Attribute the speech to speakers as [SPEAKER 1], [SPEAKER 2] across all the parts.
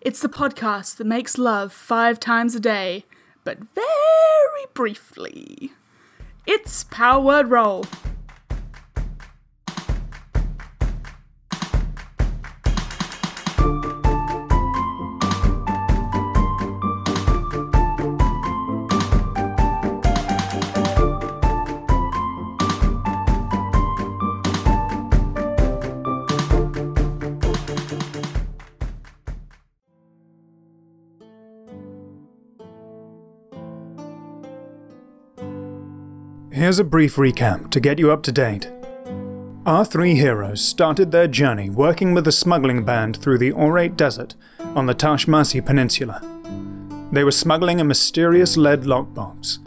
[SPEAKER 1] It's the podcast that makes love five times a day, but very briefly. It's Power Word Roll.
[SPEAKER 2] Here's a brief recap to get you up to date. Our three heroes started their journey working with a smuggling band through the Orate Desert on the Tashmasi Peninsula. They were smuggling a mysterious lead lockbox,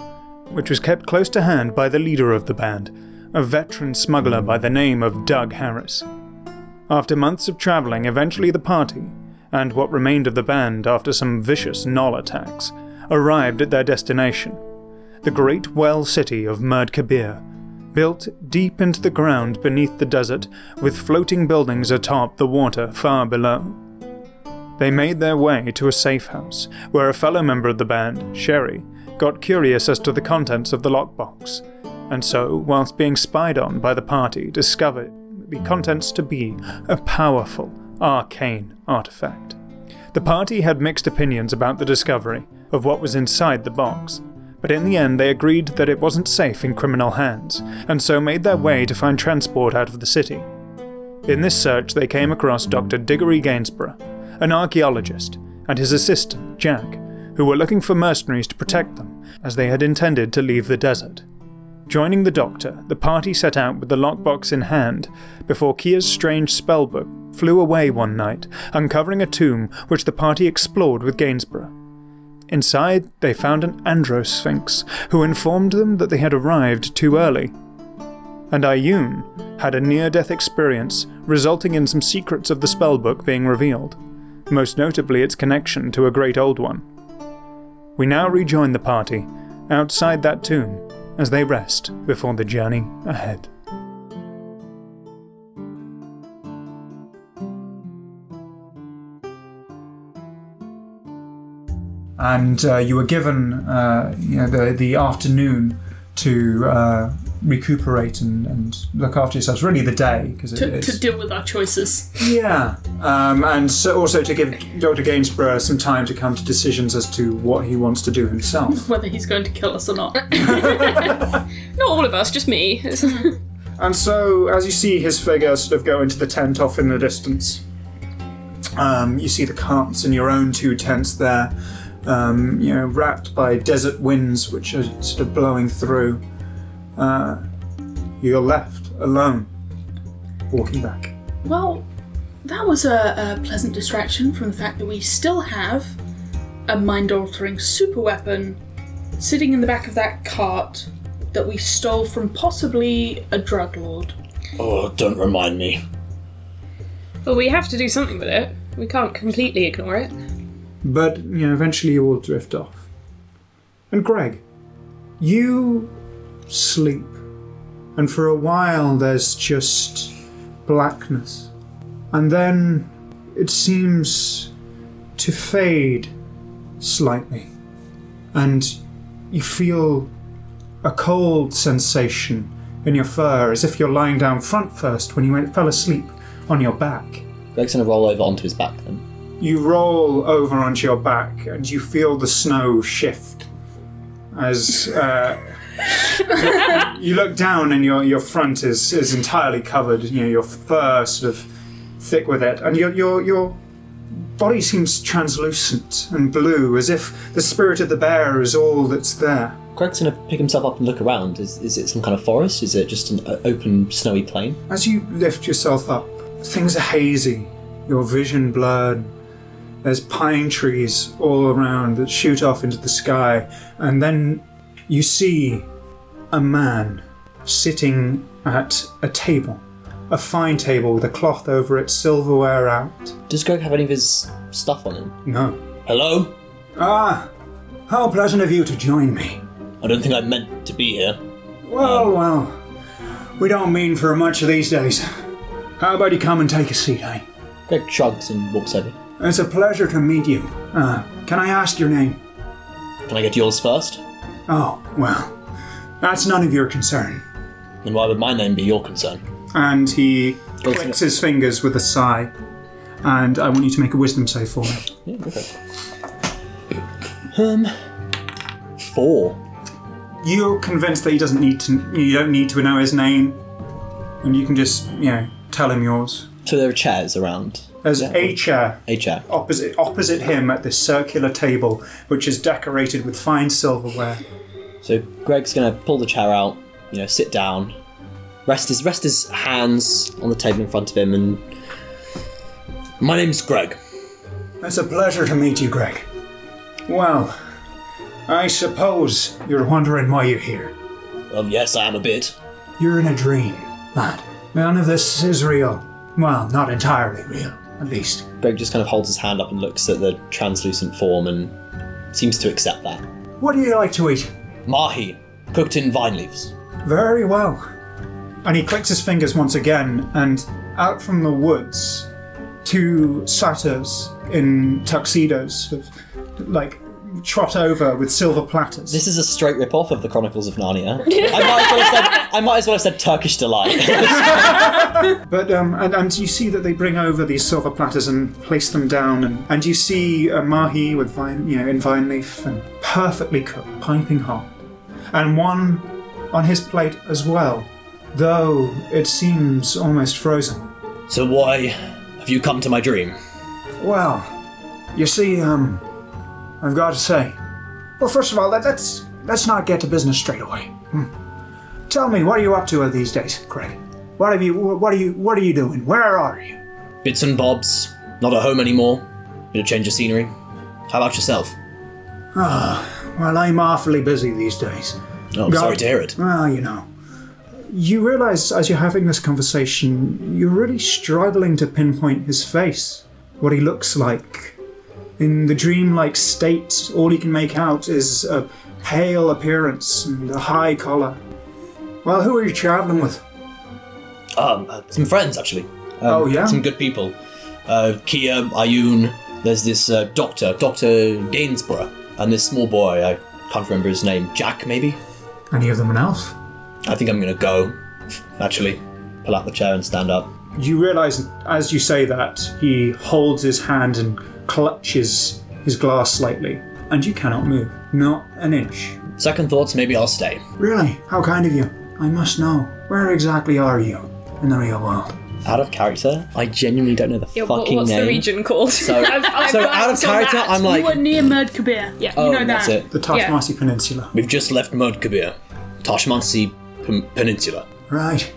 [SPEAKER 2] which was kept close to hand by the leader of the band, a veteran smuggler by the name of Doug Harris. After months of travelling, eventually the party, and what remained of the band after some vicious Knoll attacks, arrived at their destination the great well city of Merd Kabir, built deep into the ground beneath the desert, with floating buildings atop the water far below. They made their way to a safe house, where a fellow member of the band, Sherry, got curious as to the contents of the lockbox, and so, whilst being spied on by the party, discovered the contents to be a powerful, arcane artifact. The party had mixed opinions about the discovery of what was inside the box, but in the end they agreed that it wasn't safe in criminal hands, and so made their way to find transport out of the city. In this search, they came across Dr. Diggory Gainsborough, an archaeologist, and his assistant, Jack, who were looking for mercenaries to protect them, as they had intended to leave the desert. Joining the doctor, the party set out with the lockbox in hand before Kia's strange spellbook flew away one night, uncovering a tomb which the party explored with Gainsborough. Inside, they found an Andro Sphinx, who informed them that they had arrived too early. And Ayun had a near death experience, resulting in some secrets of the spellbook being revealed, most notably its connection to a great old one. We now rejoin the party outside that tomb as they rest before the journey ahead. and uh, you were given uh, you know, the, the afternoon to uh, recuperate and, and look after yourselves. Really, the day because it,
[SPEAKER 1] To,
[SPEAKER 2] it's
[SPEAKER 1] to deal with our choices.
[SPEAKER 2] yeah, um, and so also to give Dr. Gainsborough some time to come to decisions as to what he wants to do himself.
[SPEAKER 1] Whether he's going to kill us or not.
[SPEAKER 3] Not all of us, just me.
[SPEAKER 2] And so, as you see his figure sort of go into the tent off in the distance, um, you see the carts and your own two tents there, um, you know, wrapped by desert winds which are sort of blowing through. Uh, you're left alone, walking back.
[SPEAKER 1] Well, that was a, a pleasant distraction from the fact that we still have a mind altering super weapon sitting in the back of that cart that we stole from possibly a drug lord.
[SPEAKER 4] Oh, don't remind me.
[SPEAKER 3] well, we have to do something with it. We can't completely ignore it.
[SPEAKER 2] But you know, eventually you will drift off. And Greg, you sleep, and for a while there's just blackness, and then it seems to fade slightly, and you feel a cold sensation in your fur, as if you're lying down front first when you went, fell asleep on your back.
[SPEAKER 4] Greg's gonna roll over onto his back then.
[SPEAKER 2] You roll over onto your back and you feel the snow shift as uh, you look down and your, your front is, is entirely covered, you know, your fur sort of thick with it, and your, your, your body seems translucent and blue as if the spirit of the bear is all that's there.
[SPEAKER 4] Greg's gonna pick himself up and look around. Is, is it some kind of forest? Is it just an o- open, snowy plain?
[SPEAKER 2] As you lift yourself up, things are hazy, your vision blurred. There's pine trees all around that shoot off into the sky, and then you see a man sitting at a table, a fine table with a cloth over it, silverware out.
[SPEAKER 4] Does Greg have any of his stuff on him?
[SPEAKER 2] No.
[SPEAKER 4] Hello?
[SPEAKER 2] Ah, how pleasant of you to join me.
[SPEAKER 4] I don't think I meant to be here.
[SPEAKER 2] Well, well, we don't mean for much these days. How about you come and take a seat, eh?
[SPEAKER 4] Greg shrugs and walks over.
[SPEAKER 2] It's a pleasure to meet you. Uh, can I ask your name?
[SPEAKER 4] Can I get yours first?
[SPEAKER 2] Oh, well, that's none of your concern.
[SPEAKER 4] And why would my name be your concern?
[SPEAKER 2] And he
[SPEAKER 4] Go for
[SPEAKER 2] clicks
[SPEAKER 4] it.
[SPEAKER 2] his fingers with a sigh. And I want you to make a wisdom save for me.
[SPEAKER 4] Yeah, go for it. Um, four.
[SPEAKER 2] You're convinced that he doesn't need to. You don't need to know his name, and you can just you know tell him yours.
[SPEAKER 4] So there are chairs around.
[SPEAKER 2] There's
[SPEAKER 4] Yeah.
[SPEAKER 2] a chair
[SPEAKER 4] A chair.
[SPEAKER 2] opposite opposite him at this circular table, which is decorated with fine silverware.
[SPEAKER 4] So Greg's gonna pull the chair out, you know, sit down, rest his rest his hands on the table in front of him, and my name's Greg.
[SPEAKER 2] It's a pleasure to meet you, Greg. Well, I suppose you're wondering why you're here.
[SPEAKER 4] Um, yes, I am a bit.
[SPEAKER 2] You're in a dream, lad. None of this is real. Well, not entirely real, at least.
[SPEAKER 4] Greg just kind of holds his hand up and looks at the translucent form and seems to accept that.
[SPEAKER 2] What do you like to eat?
[SPEAKER 4] Mahi, cooked in vine leaves.
[SPEAKER 2] Very well. And he clicks his fingers once again, and out from the woods, two satyrs in tuxedos, sort of, like, trot over with silver platters.
[SPEAKER 4] This is a straight rip-off of the Chronicles of Narnia. I might as well have said, I might as well have said Turkish delight.
[SPEAKER 2] But um, and, and you see that they bring over these silver platters and place them down, and, and you see a mahi with vine, you know, in vine leaf and perfectly cooked, piping hot, and one on his plate as well, though it seems almost frozen.
[SPEAKER 4] so why have you come to my dream?
[SPEAKER 2] Well, you see, um, I've got to say. Well, first of all, let, let's let's not get to business straight away. Hmm. Tell me, what are you up to these days, Craig? What have you? What are you? What are you doing? Where are you?
[SPEAKER 4] Bits and bobs. Not at home anymore. Bit of change of scenery. How about yourself?
[SPEAKER 2] Well, I'm awfully busy these days.
[SPEAKER 4] Oh, I'm
[SPEAKER 2] Yeah.
[SPEAKER 4] sorry to hear it.
[SPEAKER 2] Well, you know. You realise as you're having this conversation, you're really struggling to pinpoint his face, what he looks like. In the dreamlike state, all he can make out is a pale appearance and a high collar. Well, who are you travelling with?
[SPEAKER 4] Um, uh, some friends actually. Um,
[SPEAKER 2] Oh, yeah?
[SPEAKER 4] Some good people. Uh, Kia, Ayun. There's this uh, doctor, Doctor Gainsborough, and this small boy. I can't remember his name. Jack, maybe.
[SPEAKER 2] Any of them an elf?
[SPEAKER 4] I think I'm gonna go. Actually, pull out the chair and stand up.
[SPEAKER 2] You realise as you say that, he holds his hand and clutches his glass slightly, and you cannot move. Not an inch.
[SPEAKER 4] Second thoughts, maybe I'll stay.
[SPEAKER 2] Really? How kind of you. I must know. Where exactly are you in the real world?
[SPEAKER 4] Out of character, I genuinely don't know the
[SPEAKER 3] Yeah, what,
[SPEAKER 4] fucking
[SPEAKER 3] what's
[SPEAKER 4] name.
[SPEAKER 3] the region called?
[SPEAKER 4] So, so out of character, I'm like,
[SPEAKER 1] you were near Merd Kabir. Yeah,
[SPEAKER 4] oh,
[SPEAKER 1] you know
[SPEAKER 4] that's
[SPEAKER 1] that.
[SPEAKER 4] it.
[SPEAKER 2] The Tashmasi Peninsula.
[SPEAKER 4] We've just left Merdkabir, Tashmansi Pen- Peninsula.
[SPEAKER 2] Right.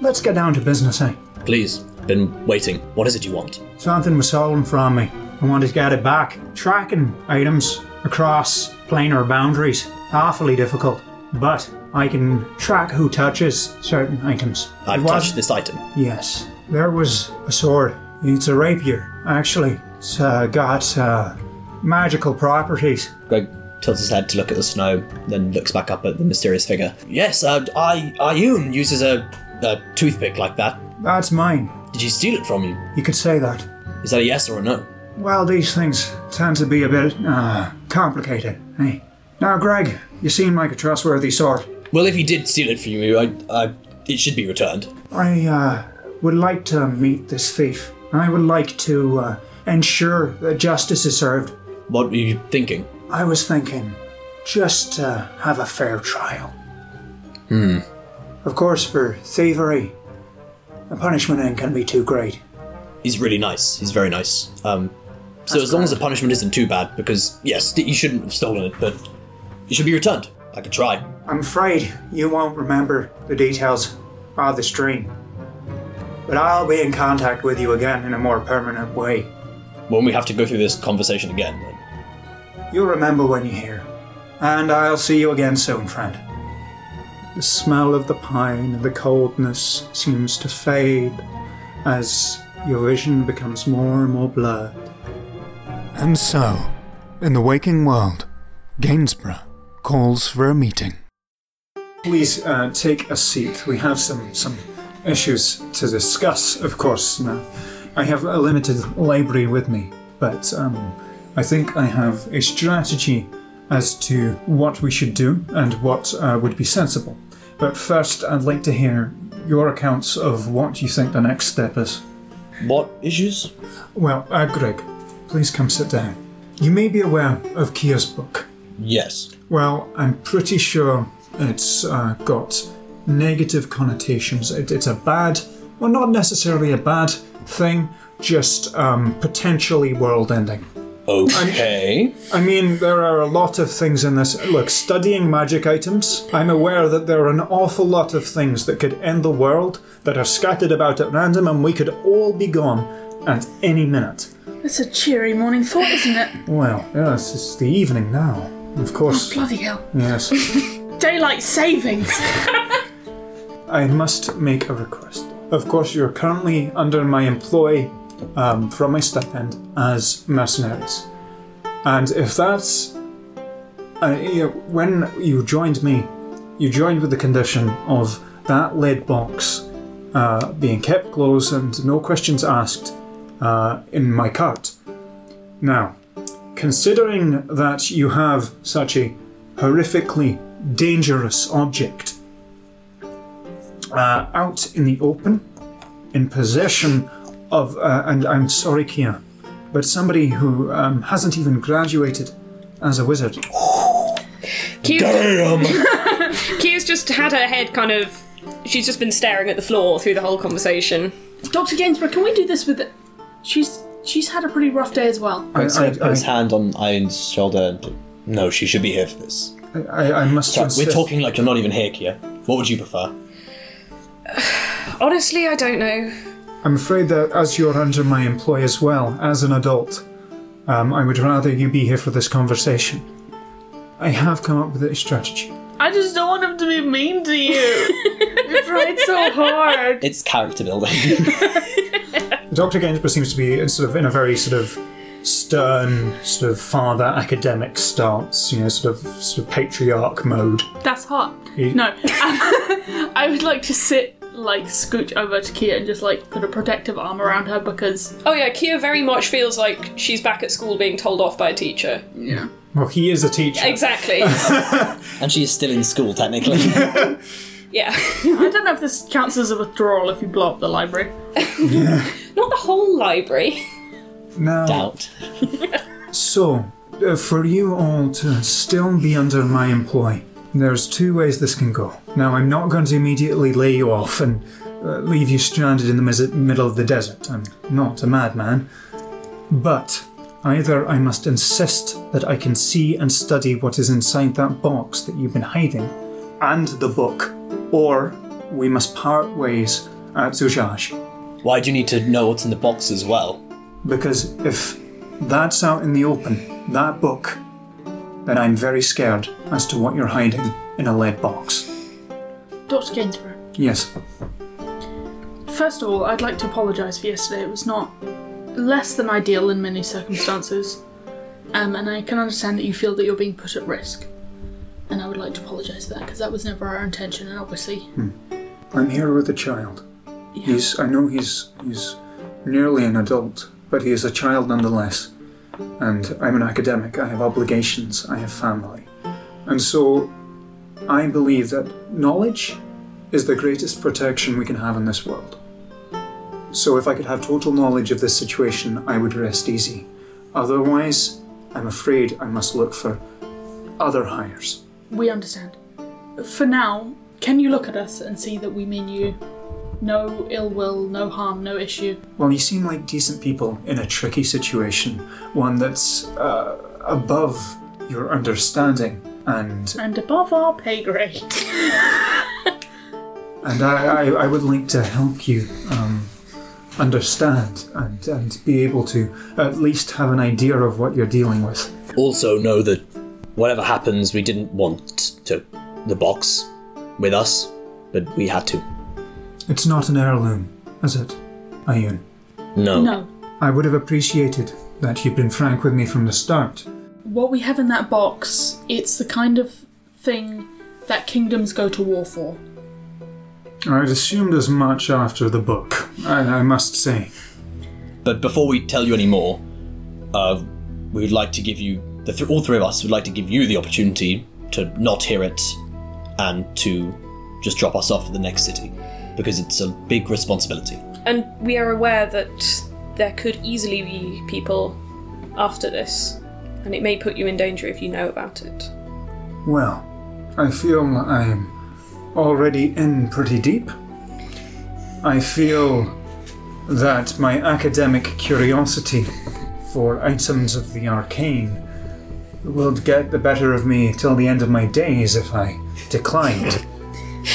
[SPEAKER 2] Let's get down to business, eh?
[SPEAKER 4] Please, been waiting. What is it you want?
[SPEAKER 2] Something was stolen from me. I wanted to get it back. Tracking items across planar boundaries. Awfully difficult. But I can track who touches certain items.
[SPEAKER 4] I've
[SPEAKER 2] It was-
[SPEAKER 4] touched this item.
[SPEAKER 2] Yes, there was a sword. It's a rapier, actually. It's uh, got uh, magical properties.
[SPEAKER 4] Greg tilts his head to look at the snow, then looks back up at the mysterious figure. Yes, uh, I Ayun uses a, a toothpick like that.
[SPEAKER 2] That's mine.
[SPEAKER 4] Did you steal it from you?
[SPEAKER 2] You could say that.
[SPEAKER 4] Is that a yes or a no?
[SPEAKER 2] Well, these things tend to be a bit uh, complicated. Hey, now, Greg, you seem like a trustworthy sort.
[SPEAKER 4] Well, if he did steal it from you, I, I, it should be returned.
[SPEAKER 2] I uh, would like to meet this thief. I would like to uh, ensure that justice is served.
[SPEAKER 4] What were you thinking?
[SPEAKER 2] I was thinking, just uh, have a fair trial. Hmm. Of course, for thievery, the punishment ain't gonna be too great.
[SPEAKER 4] He's really nice. He's very nice. Um, so as long as the punishment isn't too bad, because yes, th- you shouldn't have stolen it, but it should be returned. I could try.
[SPEAKER 2] I'm afraid you won't remember the details of the stream. But I'll be in contact with you again in a more permanent way.
[SPEAKER 4] Won't we have to go through this conversation again? Then?
[SPEAKER 2] You'll remember when you hear. And I'll see you again soon, friend. The smell of the pine and the coldness seems to fade as your vision becomes more and more blurred.
[SPEAKER 5] And so, in the waking world, Gainsborough calls for a meeting.
[SPEAKER 2] Please uh, take a seat. We have some, some issues to discuss, of course. Now, I have a limited library with me, but um, I think I have a strategy as to what we should do and what uh, would be sensible. But first, I'd like to hear your accounts of what you think the next step is.
[SPEAKER 4] What issues?
[SPEAKER 2] Well, uh, Greg, please come sit down. You may be aware of Kia's book.
[SPEAKER 4] Yes.
[SPEAKER 2] Well, I'm pretty sure it's uh, got negative connotations. It, it's a bad, well, not necessarily a bad thing, just um, potentially world ending.
[SPEAKER 4] Okay.
[SPEAKER 2] I mean, there are a lot of things in this. Look, studying magic items, I'm aware that there are an awful lot of things that could end the world that are scattered about at random, and we could all be gone at any minute.
[SPEAKER 1] That's a cheery morning thought, isn't it?
[SPEAKER 2] Well, yes, it's the evening now. Of course,
[SPEAKER 1] Bloody hell.
[SPEAKER 2] yes.
[SPEAKER 1] Daylight savings!
[SPEAKER 2] I must make a request. Of course, you're currently under my employ um, from my stipend as mercenaries. And if that's. Uh, you know, when you joined me, you joined with the condition of that lead box uh, being kept closed and no questions asked uh, in my cart. Now, considering that you have such a horrifically dangerous object uh, out in the open, in possession of, uh, and I'm sorry, Kia, but somebody who um, hasn't even graduated as a wizard.
[SPEAKER 3] Kia's,
[SPEAKER 4] Damn.
[SPEAKER 3] Kia's just had her head kind of. She's just been staring at the floor through the whole conversation.
[SPEAKER 1] Dr. Gainsborough, can we do this with. She's she's had a pretty rough day as well.
[SPEAKER 2] I,
[SPEAKER 4] So I
[SPEAKER 2] I,
[SPEAKER 4] put his hand on Iron's shoulder and put, No, she should be here for this.
[SPEAKER 2] I, I, I must.
[SPEAKER 4] Sorry, we're
[SPEAKER 2] insist-
[SPEAKER 4] talking like you're not even here, Kia. What would you prefer?
[SPEAKER 3] Honestly, I don't know.
[SPEAKER 2] I'm afraid that as you're under my employ as well, as an adult, um, I would rather you be here for this conversation. I have come up with a strategy.
[SPEAKER 6] I just don't want him to be mean to you. you tried so hard.
[SPEAKER 4] It's character building.
[SPEAKER 2] Dr. Gainsborough seems to be in sort of in a very sort of stern, sort of father academic stance, you know, sort of sort of patriarch mode.
[SPEAKER 6] That's hot.
[SPEAKER 2] He-
[SPEAKER 6] No. I would like to sit, like, scooch over to Kia and just, like, put a protective arm around her because.
[SPEAKER 3] Oh yeah, Kia very much feels like she's back at school being told off by a teacher.
[SPEAKER 6] Yeah.
[SPEAKER 2] Well, he is a teacher.
[SPEAKER 3] Exactly.
[SPEAKER 4] and she is still in school, technically.
[SPEAKER 3] yeah.
[SPEAKER 6] I don't know if this counts as a withdrawal if you blow up the library.
[SPEAKER 3] Not the whole library.
[SPEAKER 2] Now,
[SPEAKER 4] Doubt.
[SPEAKER 2] so uh, for you all to still be under my employ, there's two ways this can go. Now, I'm not going to immediately lay you off and uh, leave you stranded in the mis- middle of the desert. I'm not a madman, but. Either I must insist that I can see and study what is inside that box that you've been hiding, and the book, or we must part ways at Zujaj.
[SPEAKER 4] Why do you need to know what's in the box as well?
[SPEAKER 2] Because if that's out in the open, that book, then I'm very scared as to what you're hiding in a lead box.
[SPEAKER 6] Dr. Gainsborough.
[SPEAKER 2] Yes.
[SPEAKER 6] First of all, I'd like to apologise for yesterday. It was not less than ideal in many circumstances. Um, and I can understand that you feel that you're being put at risk. And I would like to apologise for that because that was never our intention, and obviously
[SPEAKER 2] I'm here with a child. He's I know he's he's nearly an adult, but he is a child nonetheless. And I'm an academic, I have obligations, I have family. And so I believe that knowledge is the greatest protection we can have in this world. So if I could have total knowledge of this situation, I would rest easy. Otherwise, I'm afraid I must look for other hires.
[SPEAKER 6] We understand. For now, can you look at us and see that we mean you no ill will, no harm, no issue?
[SPEAKER 2] Well, you seem like decent people in a tricky situation, one that's uh, above your understanding, and
[SPEAKER 6] And above our pay grade.
[SPEAKER 2] and I, I, I would like to help you um, understand and and be able to at least have an idea of what you're dealing with.
[SPEAKER 4] Also, know that whatever happens, we didn't want to the box with us, but we had to.
[SPEAKER 2] It's not an heirloom, is it, Ayun?
[SPEAKER 1] Oh.
[SPEAKER 4] No.
[SPEAKER 6] No.
[SPEAKER 2] I would have appreciated that you'd been frank with me from the start.
[SPEAKER 6] What we have in that box, it's the kind of thing that kingdoms go to war for.
[SPEAKER 2] I'd assumed as much after the book. I, I must say.
[SPEAKER 4] But before we tell you any more, uh, we would like to give you the th- all three of us would like to give you the opportunity to not hear it and to just drop us off at the next city because it's a big responsibility.
[SPEAKER 3] And we are aware that there could easily be people after this, and it may put you in danger if you know about it.
[SPEAKER 5] Well, I feel I'm already in pretty deep. I feel that my academic curiosity for items of the arcane will get the better of me till the end of my days if I declined.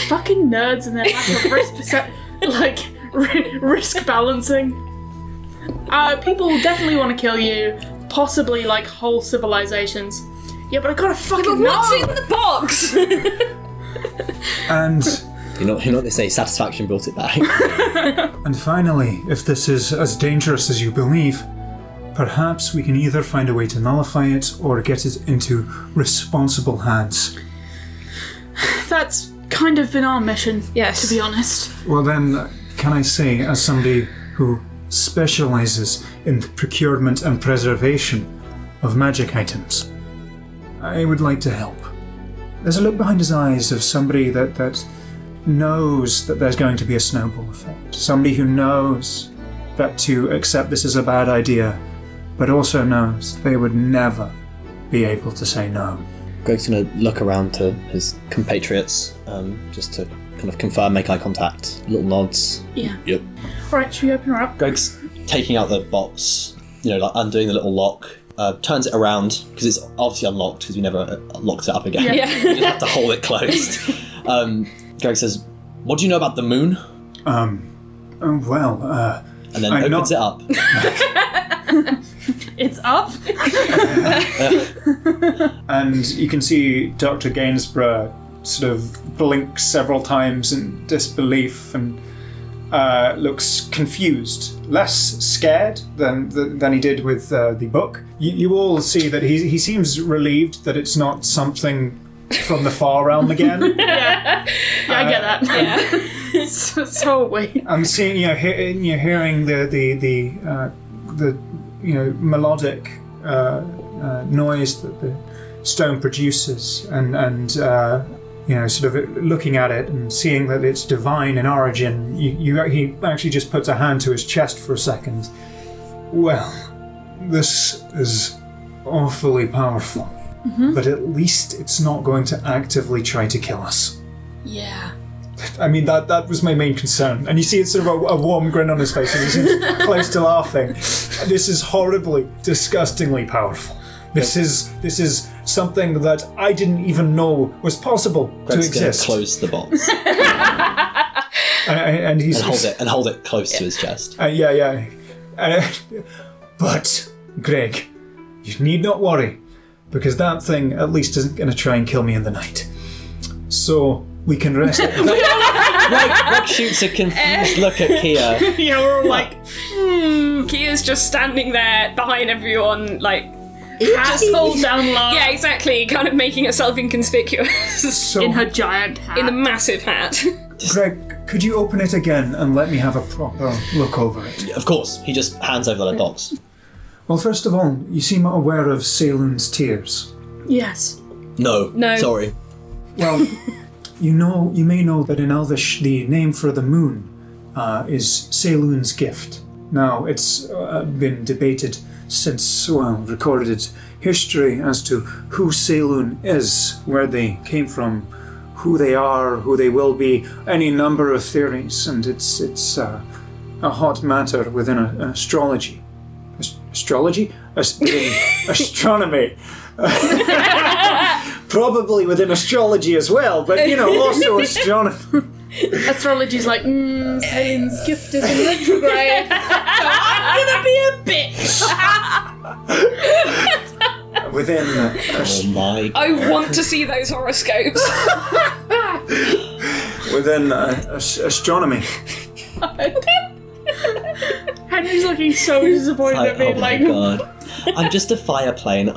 [SPEAKER 6] Fucking nerds and their lack of risk percep- like ri risk balancing. Uh, people will definitely want to kill you, possibly like whole civilizations. Yeah, but I gotta fucking
[SPEAKER 3] What's
[SPEAKER 6] know.
[SPEAKER 3] in the box?
[SPEAKER 5] and
[SPEAKER 4] You know, you know what they say, satisfaction brought it back.
[SPEAKER 5] and finally, if this is as dangerous as you believe, perhaps we can either find a way to nullify it or get it into responsible hands.
[SPEAKER 6] That's kind of been our mission,
[SPEAKER 3] yes.
[SPEAKER 6] to be honest.
[SPEAKER 5] Well, then, can I say, as somebody who specializes in the procurement and preservation of magic items, I would like to help. There's a look behind his eyes of somebody that, that knows that there's going to be a snowball effect. Somebody who knows that to accept this is a bad idea, but also knows they would never be able to say no.
[SPEAKER 4] Greg's gonna look around to his compatriots, um, just to kind of confirm, make eye contact, little nods.
[SPEAKER 6] Yeah.
[SPEAKER 4] Yep.
[SPEAKER 6] Alright, should we open her up?
[SPEAKER 4] Greg's taking out the box, you know, like undoing the little lock, uh, turns it around because it's obviously unlocked because we never uh, locked it up again.
[SPEAKER 6] Yeah.
[SPEAKER 4] you just have to hold it closed. Um, Greg says, "What do you know about the moon?"
[SPEAKER 5] Oh, well, uh,
[SPEAKER 4] And then
[SPEAKER 5] I know-
[SPEAKER 4] opens it up.
[SPEAKER 6] It's up.
[SPEAKER 2] And you can see Dr. Gainsborough sort of blinks several times in disbelief and uh, looks confused, less scared than than he did with uh, the book. You, you all see that he, he seems relieved that it's not something from the far realm again.
[SPEAKER 6] Yeah, I get that.
[SPEAKER 3] yeah.
[SPEAKER 6] so, so are we.
[SPEAKER 2] I'm seeing you know he, you're hearing the the the uh, the you know melodic uh, uh, noise that the stone produces, and and uh, you know sort of looking at it and seeing that it's divine in origin. You, you he actually just puts a hand to his chest for a second. Well, this is awfully powerful, but at least it's not going to actively try to kill us.
[SPEAKER 6] Yeah.
[SPEAKER 2] I mean, that that was my main concern. And you see it's sort of a, a warm grin on his face and he seems close to laughing. This is horribly, disgustingly powerful. This is this is something that I didn't even know was possible
[SPEAKER 4] Greg's
[SPEAKER 2] to exist.
[SPEAKER 4] gonna close the box
[SPEAKER 2] And, and he's
[SPEAKER 4] and hold it and hold it close to his chest.
[SPEAKER 2] Uh, yeah, yeah. Uh, but Greg, you need not worry, because that thing at least isn't going to try and kill me in the night. So we can rest.
[SPEAKER 4] Greg, Greg shoots a confused look at Kia.
[SPEAKER 6] Yeah, we're all like,
[SPEAKER 3] Mm, Kia's just standing there behind everyone, like,
[SPEAKER 6] asshole down low
[SPEAKER 3] yeah, exactly, kind of making herself inconspicuous
[SPEAKER 2] so
[SPEAKER 6] in her giant hat.
[SPEAKER 3] in a massive hat.
[SPEAKER 2] Greg, could you open it again and let me have a proper look over it?
[SPEAKER 4] Of course, he just hands over the little box.
[SPEAKER 2] Well, first of all, you seem aware of Salen's tears.
[SPEAKER 6] yes.
[SPEAKER 4] No,
[SPEAKER 3] No.
[SPEAKER 4] sorry.
[SPEAKER 2] Well, you know, you may know that in Elvish, the name for the moon uh, is Salen's gift. Now, it's uh, been debated since, well, recorded history as to who Salen is, where they came from, who they are, who they will be, any number of theories, and it's it's uh, a hot matter within uh astrology. Ast- astrology? Ast- within astronomy. Probably within astrology as well, but you know, also astronomy.
[SPEAKER 6] Astrology's like, mmm, Salem's gift is in retrograde. so I'm gonna be a bitch.
[SPEAKER 2] Within. Uh,
[SPEAKER 4] Oh my.
[SPEAKER 3] I want to see those horoscopes.
[SPEAKER 2] within uh, as- astronomy.
[SPEAKER 6] Henry's looking so disappointed
[SPEAKER 4] I-
[SPEAKER 6] at me.
[SPEAKER 4] oh my
[SPEAKER 6] like,
[SPEAKER 4] god. I'm just a fire plane.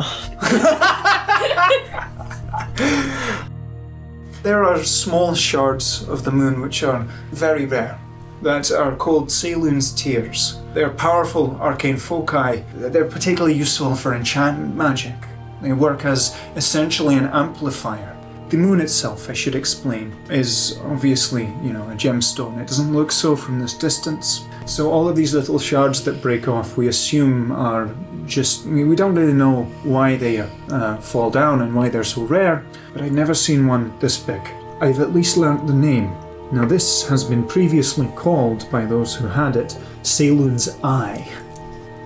[SPEAKER 2] There are small shards of the moon which are very rare. that are called Saloon's Tears. They're powerful arcane foci. They're particularly useful for enchantment magic. They work as essentially an amplifier. The moon itself, I should explain, is obviously, you know, a gemstone. It doesn't look so from this distance. So all of these little shards that break off, we assume are just. We we don't really know why they uh, fall down and why they're so rare, but I've never seen one this big. I've at least learnt the name. Now, this has been previously called by those who had it Saloon's Eye.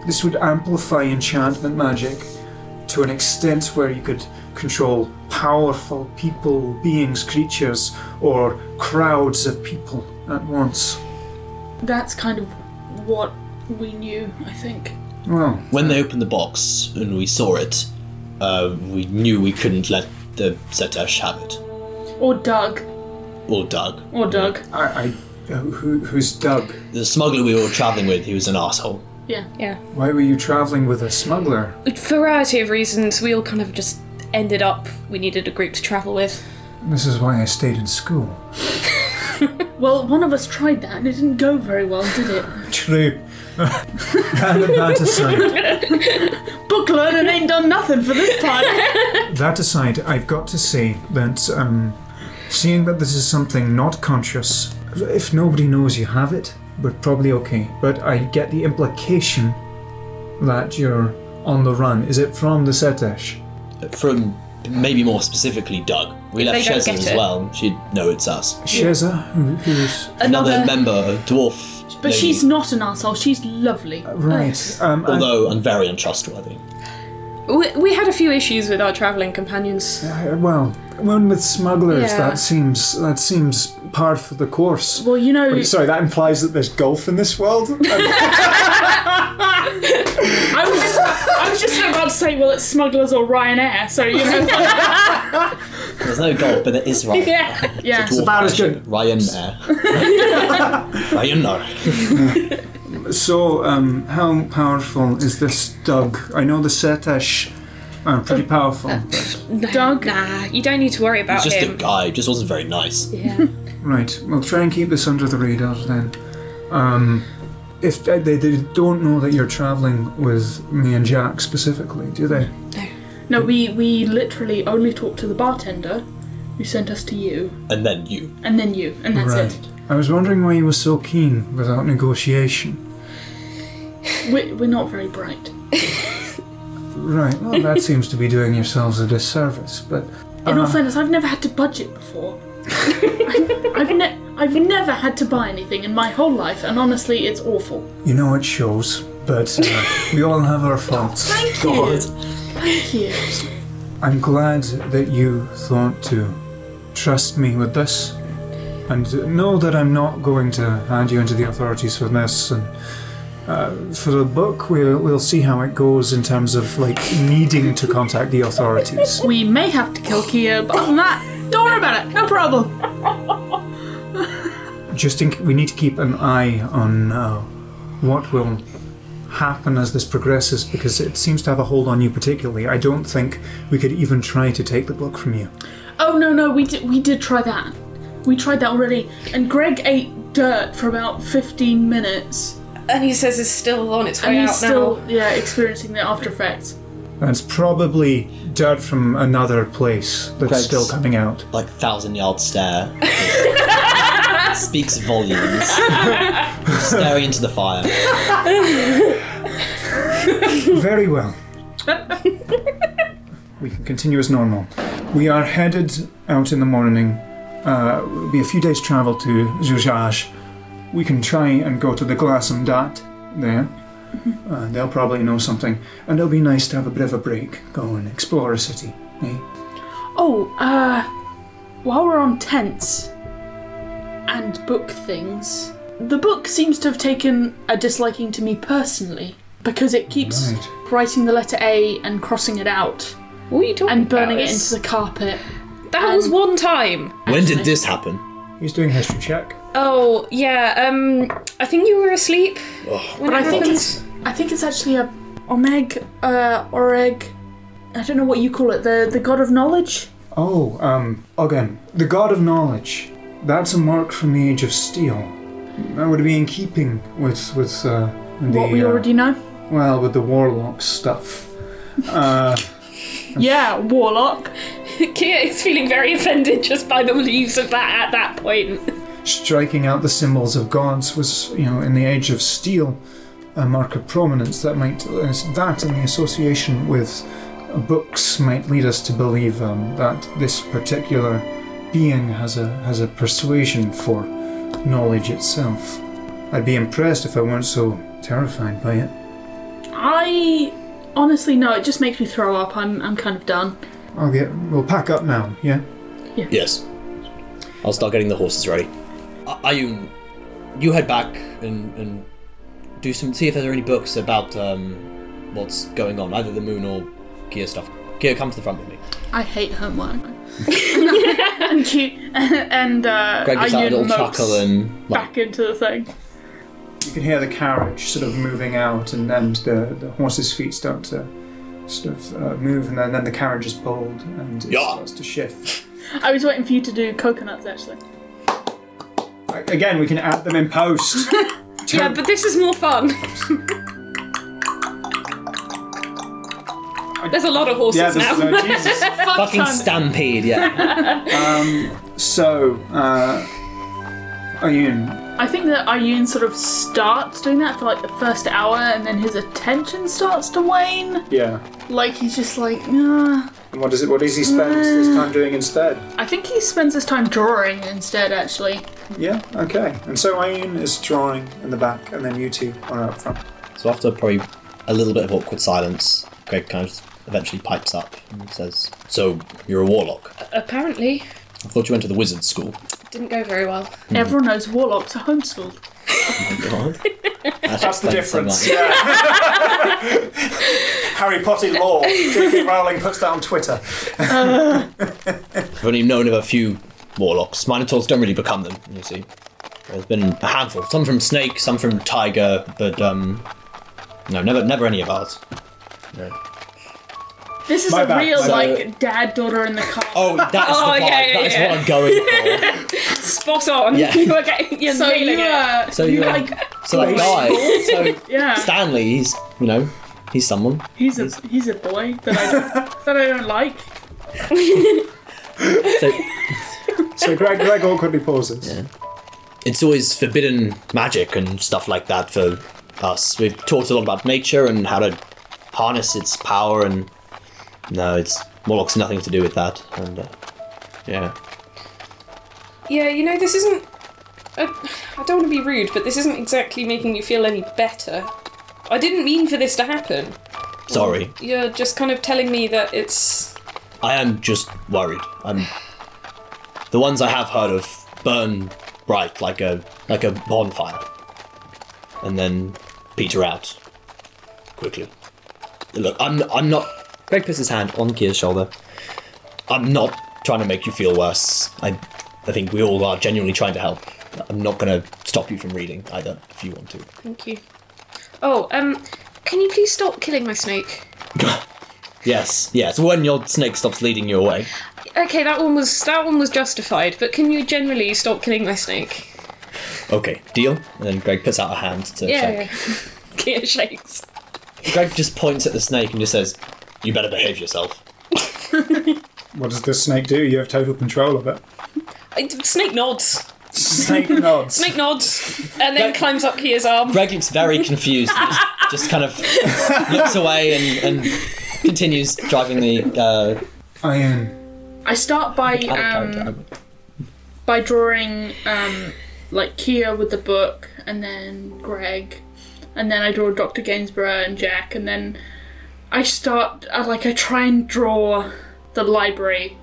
[SPEAKER 2] This would amplify enchantment magic to an extent where you could control powerful people, beings, creatures, or crowds of people at once.
[SPEAKER 1] That's kind of what we knew, I think.
[SPEAKER 2] Well,
[SPEAKER 4] When
[SPEAKER 3] Hmm.
[SPEAKER 4] they opened the box and we saw it, uh, we knew we couldn't let the Zetesh have it.
[SPEAKER 1] Or Doug.
[SPEAKER 4] Or Doug.
[SPEAKER 1] Or Doug.
[SPEAKER 2] I, I uh, who, who's Doug?
[SPEAKER 4] The smuggler we were traveling with, he was an asshole.
[SPEAKER 3] Yeah.
[SPEAKER 2] Why were you traveling with a smuggler?
[SPEAKER 3] Variety of reasons. We all kind of just ended up. We needed a group to travel with.
[SPEAKER 2] This is why I stayed in school.
[SPEAKER 1] Well, one of us tried that and it didn't go very well, did it?
[SPEAKER 2] True. that, that aside,
[SPEAKER 1] Book learning ain't done nothing for this party.
[SPEAKER 2] that aside, I've got to say that um, seeing that this is something not conscious, if nobody knows you have it, we're probably okay. But I get the implication that you're on the run. Is it from the Setesh?
[SPEAKER 4] From maybe more specifically Doug. We left
[SPEAKER 3] they don't
[SPEAKER 4] Shezza
[SPEAKER 3] get
[SPEAKER 4] as
[SPEAKER 3] it.
[SPEAKER 4] well. She'd know it's us.
[SPEAKER 2] Sheza, who- who's
[SPEAKER 4] Another, member, a dwarf.
[SPEAKER 1] But
[SPEAKER 4] lady,
[SPEAKER 1] she's not an arsehole, she's lovely.
[SPEAKER 2] right?
[SPEAKER 1] uh,
[SPEAKER 2] Um, and-
[SPEAKER 4] Although I'm very untrustworthy.
[SPEAKER 3] We, we had a few issues with our travelling companions.
[SPEAKER 2] Uh, well, when with smugglers,
[SPEAKER 3] Yeah.
[SPEAKER 2] that seems that seems par for the course.
[SPEAKER 1] Well, you know,
[SPEAKER 2] Wait, sorry, that implies that there's golf in this world.
[SPEAKER 1] I was, just, I was just about to say, well, it's smugglers or Ryanair, so you know.
[SPEAKER 4] There's no gold, but there is Ryan.
[SPEAKER 1] yeah, yeah.
[SPEAKER 4] Dwarf
[SPEAKER 2] about as
[SPEAKER 4] version,
[SPEAKER 2] good.
[SPEAKER 4] Ryan there. Ryan there.
[SPEAKER 2] so, um, how powerful is this Doug? I know the Setesh are pretty powerful.
[SPEAKER 1] Doug,
[SPEAKER 3] Nah, you don't need to worry about
[SPEAKER 4] Just a
[SPEAKER 3] him.
[SPEAKER 4] guy, just wasn't very nice.
[SPEAKER 2] Right, we'll try and keep this under the radar then. Um, if they, they they don't know that you're traveling with me and Jack specifically, do they?
[SPEAKER 1] no, we, we literally only talked to the bartender who sent us to you,
[SPEAKER 4] And then you.
[SPEAKER 1] and then you, and that's
[SPEAKER 2] right. I was wondering why you were so keen without negotiation.
[SPEAKER 1] it. We're, we're not very bright.
[SPEAKER 2] Right, well, that seems to be doing yourselves a disservice, but.
[SPEAKER 1] In all
[SPEAKER 2] uh,
[SPEAKER 1] fairness, I've never had to budget before. I, have ne- I've never had to buy anything in my whole life, and honestly, it's awful.
[SPEAKER 2] You know it shows, but uh, we all have our faults. Thank
[SPEAKER 1] Thank you.
[SPEAKER 2] I'm glad that you thought to trust me with this, and know that I'm not going to hand you into the authorities for this. And uh, for the book, we'll, we'll see how it goes in terms of like needing to contact the authorities.
[SPEAKER 1] We may have to kill Kia, but other than that, don't worry about it. No problem.
[SPEAKER 2] Just in, we need to keep an eye on uh, what will happen as this progresses, because it seems to have a hold on you particularly. I don't think we could even try to take the book from you.
[SPEAKER 1] Oh no, no, we did we did try that. We tried that already, and Greg ate dirt for about 15 minutes,
[SPEAKER 3] And he says it's still on its way
[SPEAKER 1] and
[SPEAKER 3] out
[SPEAKER 1] he's still
[SPEAKER 3] now.
[SPEAKER 1] yeah experiencing the after effects.
[SPEAKER 2] That's probably dirt from another place that's
[SPEAKER 4] Greg's-
[SPEAKER 2] still coming out.
[SPEAKER 4] Like thousand yard stare. Speaks volumes. Staring into the fire.
[SPEAKER 2] Very well. we can continue as normal. We are headed out in the morning. Uh, it'll be a few days' travel to Zhuzhaj. We can try and go to the Glassum Dat there. Uh, they'll probably know something. And it'll be nice to have a bit of a break. Go and explore a city. eh?
[SPEAKER 1] Oh, uh, while we're on tents and book things, the book seems to have taken a disliking to me personally because it keeps
[SPEAKER 2] Right.
[SPEAKER 1] writing the letter A and crossing it out
[SPEAKER 3] What are you talking
[SPEAKER 1] and burning
[SPEAKER 3] about?
[SPEAKER 1] it into the carpet.
[SPEAKER 3] That was one time.
[SPEAKER 4] When did this happen?
[SPEAKER 2] He's doing history check.
[SPEAKER 3] Oh yeah. Um, I think you were asleep. when
[SPEAKER 1] But
[SPEAKER 3] it
[SPEAKER 1] I think
[SPEAKER 3] happened.
[SPEAKER 1] it's I think it's actually a Omeg, uh, Oreg. I don't know what you call it. The the god of knowledge.
[SPEAKER 2] Oh, um, again, the god of knowledge. That's a mark from the age of steel. That would be in keeping with with uh, the
[SPEAKER 1] what we
[SPEAKER 2] uh,
[SPEAKER 1] already know.
[SPEAKER 2] well with the warlock stuff. Uh,
[SPEAKER 1] Yeah, warlock.
[SPEAKER 3] Kia is feeling very offended just by the leaves of that at that point.
[SPEAKER 2] striking out the symbols of gods was, you know, in the age of steel, a mark of prominence that might uh, that and the association with books might lead us to believe um, that this particular being has a has a persuasion for knowledge itself. I'd be impressed if I weren't so terrified by it.
[SPEAKER 1] I honestly no, it just makes me throw up. I'm I'm kind of done.
[SPEAKER 2] I'll get. We'll pack up now. Yeah.
[SPEAKER 4] Yes. I'll start getting the horses ready. A- Ayun, you head back and, and do some. see if there are any books about um, what's going on, either the moon or Kia stuff. Kia, come to the front with me.
[SPEAKER 1] I hate homework. and cute and uh
[SPEAKER 4] Greg gives
[SPEAKER 1] Ayun
[SPEAKER 4] out a little
[SPEAKER 1] mopes
[SPEAKER 4] chuckle and like,
[SPEAKER 1] back into the thing.
[SPEAKER 2] You can hear the carriage sort of moving out, and then the, the horse's feet start to sort of uh, move, and then, then the carriage is pulled and it
[SPEAKER 4] Yeah.
[SPEAKER 2] starts to shift.
[SPEAKER 1] I was waiting for you to do coconuts actually.
[SPEAKER 2] A- Again, we can add them in post.
[SPEAKER 3] Yeah, but this is more fun. There's a lot of horses
[SPEAKER 2] yeah, this
[SPEAKER 3] now.
[SPEAKER 2] is oh, Jesus.
[SPEAKER 4] fucking stampede, yeah.
[SPEAKER 2] So, uh, Ayun,
[SPEAKER 1] I think that Ayun sort of starts doing that for like the first hour and then his attention starts to wane.
[SPEAKER 2] yeah.
[SPEAKER 1] Like he's just like, nah.
[SPEAKER 2] And What is it? What does he spend his
[SPEAKER 3] Mm.
[SPEAKER 2] time doing instead?
[SPEAKER 1] I think he spends his time drawing instead actually.
[SPEAKER 2] Yeah. Okay. And so Ayun is drawing in the back, and then you two are out front.
[SPEAKER 4] so after probably a little bit of awkward silence, Greg kind of eventually pipes up and says, So, you're a warlock.
[SPEAKER 3] Apparently,
[SPEAKER 4] I thought you went to the wizard school.
[SPEAKER 3] didn't go very well.
[SPEAKER 4] Hmm.
[SPEAKER 1] Everyone knows warlocks are homeschooled.
[SPEAKER 4] God. That
[SPEAKER 2] That's the
[SPEAKER 4] explains so
[SPEAKER 2] difference.
[SPEAKER 4] much.
[SPEAKER 2] yeah. Harry Potter law. J.K. Rowling puts that on Twitter.
[SPEAKER 4] I've only known of a few warlocks. Minotaurs don't really become them, you see. There's been a handful. Some from snake, some from tiger, but um, no, never, never any of ours. No.
[SPEAKER 1] This is
[SPEAKER 2] My
[SPEAKER 1] a
[SPEAKER 2] bad,
[SPEAKER 1] real
[SPEAKER 2] my
[SPEAKER 4] bad.
[SPEAKER 1] like dad daughter in the car.
[SPEAKER 4] Oh, that's
[SPEAKER 3] Oh,
[SPEAKER 4] the vibe.
[SPEAKER 3] yeah, yeah,
[SPEAKER 4] that is
[SPEAKER 3] yeah.
[SPEAKER 4] what I'm going for.
[SPEAKER 3] Spot on.
[SPEAKER 4] Yeah.
[SPEAKER 3] you are getting. You're
[SPEAKER 1] so
[SPEAKER 3] nailing
[SPEAKER 1] you
[SPEAKER 3] it.
[SPEAKER 1] uh,
[SPEAKER 4] So
[SPEAKER 1] you
[SPEAKER 4] you're
[SPEAKER 1] like
[SPEAKER 4] so that guy. So
[SPEAKER 1] yeah.
[SPEAKER 4] Stanley, he's you know, he's someone.
[SPEAKER 1] He's a he's a boy that I don't, that I don't like.
[SPEAKER 4] So
[SPEAKER 2] So Greg, Greg awkwardly pauses.
[SPEAKER 4] it's always forbidden magic and stuff like that for us. We've talked a lot about nature and how to harness its power, and no, it's warlocks nothing to do with that. And uh, yeah.
[SPEAKER 3] Yeah, you know, this isn't. I, I don't want to be rude, but this isn't exactly making you feel any better. I didn't mean for this to happen.
[SPEAKER 4] Sorry,
[SPEAKER 3] You're just kind of telling me that it's.
[SPEAKER 4] I am just worried. I'm the ones I have heard of burn bright like a like a bonfire, and then peter out quickly. Look, I'm I'm not. Greg puts his hand on Kia's shoulder. I'm not trying to make you feel worse. I I think we all are genuinely trying to help. I'm not going to stop you from reading either if you want to.
[SPEAKER 3] Thank you. Oh, um, can you please stop killing my snake?
[SPEAKER 4] Yes, yes. When your snake stops leading you away.
[SPEAKER 3] Okay, that one was that one was justified, but can you generally stop killing my snake?
[SPEAKER 4] Okay, deal. And then Greg puts out a hand to
[SPEAKER 3] Yeah.
[SPEAKER 4] shake.
[SPEAKER 3] Kia shakes.
[SPEAKER 4] Greg just points at the snake and just says, "You better behave yourself."
[SPEAKER 2] What does this snake do? You have total control of it.
[SPEAKER 3] I, snake nods.
[SPEAKER 2] Snake nods.
[SPEAKER 3] Snake nods, and then climbs up Kia's arm.
[SPEAKER 4] Greg looks very confused, and just, just kind of looks away and, and continues driving the. Uh,
[SPEAKER 2] Iron.
[SPEAKER 1] I start by
[SPEAKER 4] out of
[SPEAKER 1] um,
[SPEAKER 4] character.
[SPEAKER 1] by drawing um, like Kia with the book, and then Greg, and then I draw Dr. Gainsborough and Jack, and then I start I, like I try and draw the library,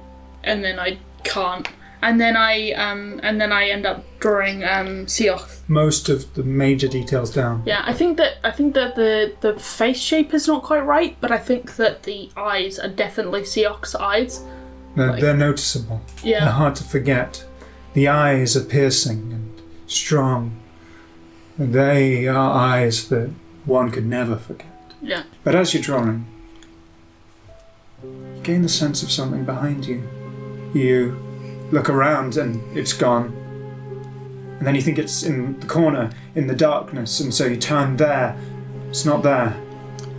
[SPEAKER 1] and then I can't, and then I um, and then I end up drawing um, Seoth.
[SPEAKER 2] Most of the major details down.
[SPEAKER 1] Yeah, I think that I think that the the face shape is not quite right, but I think that the eyes are definitely Seoth's eyes.
[SPEAKER 2] They're, they're noticeable. They're
[SPEAKER 1] Yeah,
[SPEAKER 2] hard to forget. The eyes are piercing and strong. And they are eyes that one could never forget.
[SPEAKER 1] yeah.
[SPEAKER 2] But as you're drawing, you gain the sense of something behind you. You look around and it's gone. And then you think it's in the corner, in the darkness, and so you turn there. It's not there.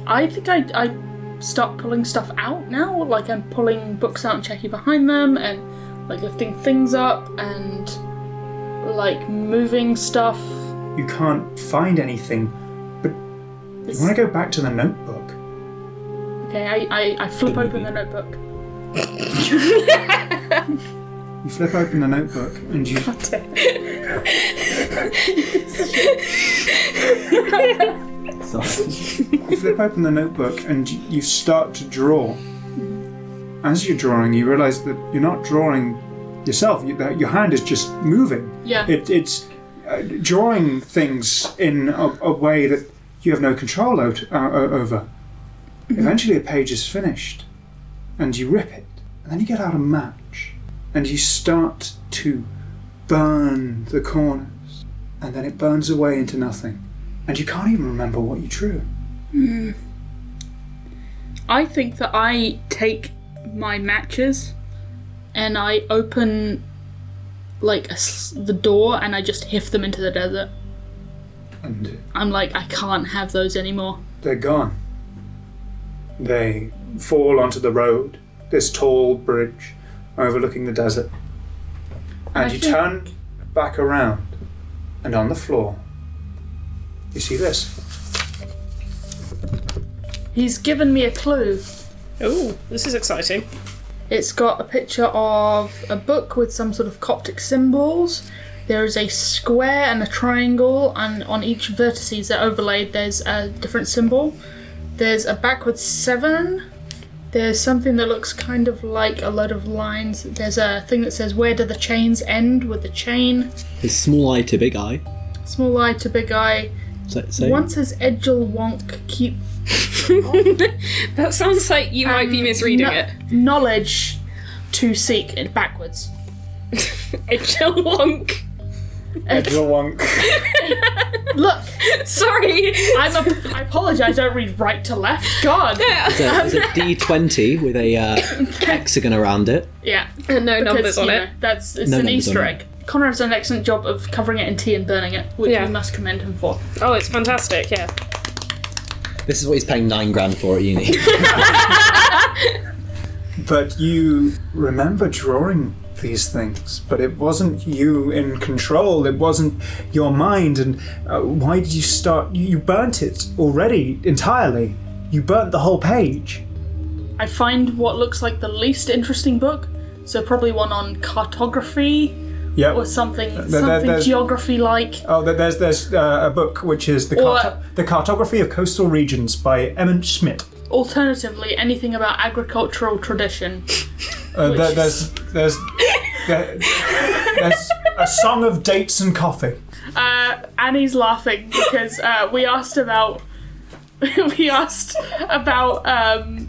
[SPEAKER 1] I think I, I start pulling stuff out now. Like I'm pulling books out and checking behind them, and like lifting things up and like moving stuff.
[SPEAKER 2] You can't find anything. You want to go back to the notebook?
[SPEAKER 1] Okay, I, I, I flip open the notebook.
[SPEAKER 2] You flip open the notebook and you You flip open the notebook and y- you start to draw. As you're drawing, you realise that you're not drawing yourself. You, that your hand is just moving.
[SPEAKER 1] Yeah.
[SPEAKER 2] It, it's uh, drawing things in a, a way that you have no control o- uh, o- over. Eventually, a page is finished, and you rip it, and then you get out a match, and you start to burn the corners, and then it burns away into nothing, and you can't even remember what you drew.
[SPEAKER 1] I think that I take my matches and I open like a s the door and I just hiff them into the desert.
[SPEAKER 2] and
[SPEAKER 1] I'm like, I can't have those anymore.
[SPEAKER 2] they're gone. They fall onto the road, this tall bridge overlooking the desert. And
[SPEAKER 1] I
[SPEAKER 2] you
[SPEAKER 1] think-
[SPEAKER 2] turn back around, and on the floor, you see this.
[SPEAKER 1] He's given me a clue.
[SPEAKER 3] Oh, this is exciting.
[SPEAKER 1] It's got a picture of a book with some sort of Coptic symbols. There is a square and a triangle, and on each vertices that are overlaid, there's a different symbol. There's a backwards seven. There's something that looks kind of like a load of lines. There's a thing that says, Where do the chains end with the chain?
[SPEAKER 7] His small eye to big eye.
[SPEAKER 1] Small eye to big eye.
[SPEAKER 7] So, so
[SPEAKER 1] One says, Edgel wonk, keep
[SPEAKER 3] That sounds like you might be misreading
[SPEAKER 1] kno-
[SPEAKER 3] it.
[SPEAKER 1] knowledge to seek it backwards.
[SPEAKER 3] Edgel Wonk.
[SPEAKER 2] Edgewonk.
[SPEAKER 1] Look,
[SPEAKER 3] Sorry.
[SPEAKER 1] I'm a, I apologize, I don't read right to left. God!
[SPEAKER 7] it's a, it's a D20 with a uh, hexagon around it.
[SPEAKER 1] Yeah.
[SPEAKER 3] no numbers
[SPEAKER 1] Because,
[SPEAKER 3] on
[SPEAKER 1] you know,
[SPEAKER 3] it.
[SPEAKER 1] that's it's
[SPEAKER 7] No
[SPEAKER 1] an
[SPEAKER 7] numbers on
[SPEAKER 1] Easter
[SPEAKER 7] it.
[SPEAKER 1] egg. Connor has done an excellent job of covering it in tea and burning it, which
[SPEAKER 3] Yeah.
[SPEAKER 1] we must commend him for.
[SPEAKER 3] Oh, it's fantastic. Yeah.
[SPEAKER 4] This is what he's paying nine grand for at uni.
[SPEAKER 2] but you remember drawing these things, but it wasn't you in control, it wasn't your mind. And uh, why did you start? You, you burnt it already entirely. You burnt the whole page.
[SPEAKER 1] I find what looks like the least interesting book, so probably one on cartography
[SPEAKER 2] Yep.
[SPEAKER 1] or something
[SPEAKER 2] there-
[SPEAKER 1] something
[SPEAKER 2] there's-
[SPEAKER 1] geography like.
[SPEAKER 2] Oh, there- there's there's uh, a book which is the
[SPEAKER 1] Or-
[SPEAKER 2] Carto- the cartography of coastal regions by Emmett Schmidt.
[SPEAKER 1] Alternatively, anything about agricultural tradition.
[SPEAKER 2] Uh, there, there's there's there- there's a song of dates and coffee.
[SPEAKER 1] Uh, Annie's laughing because uh, we asked about we asked about um,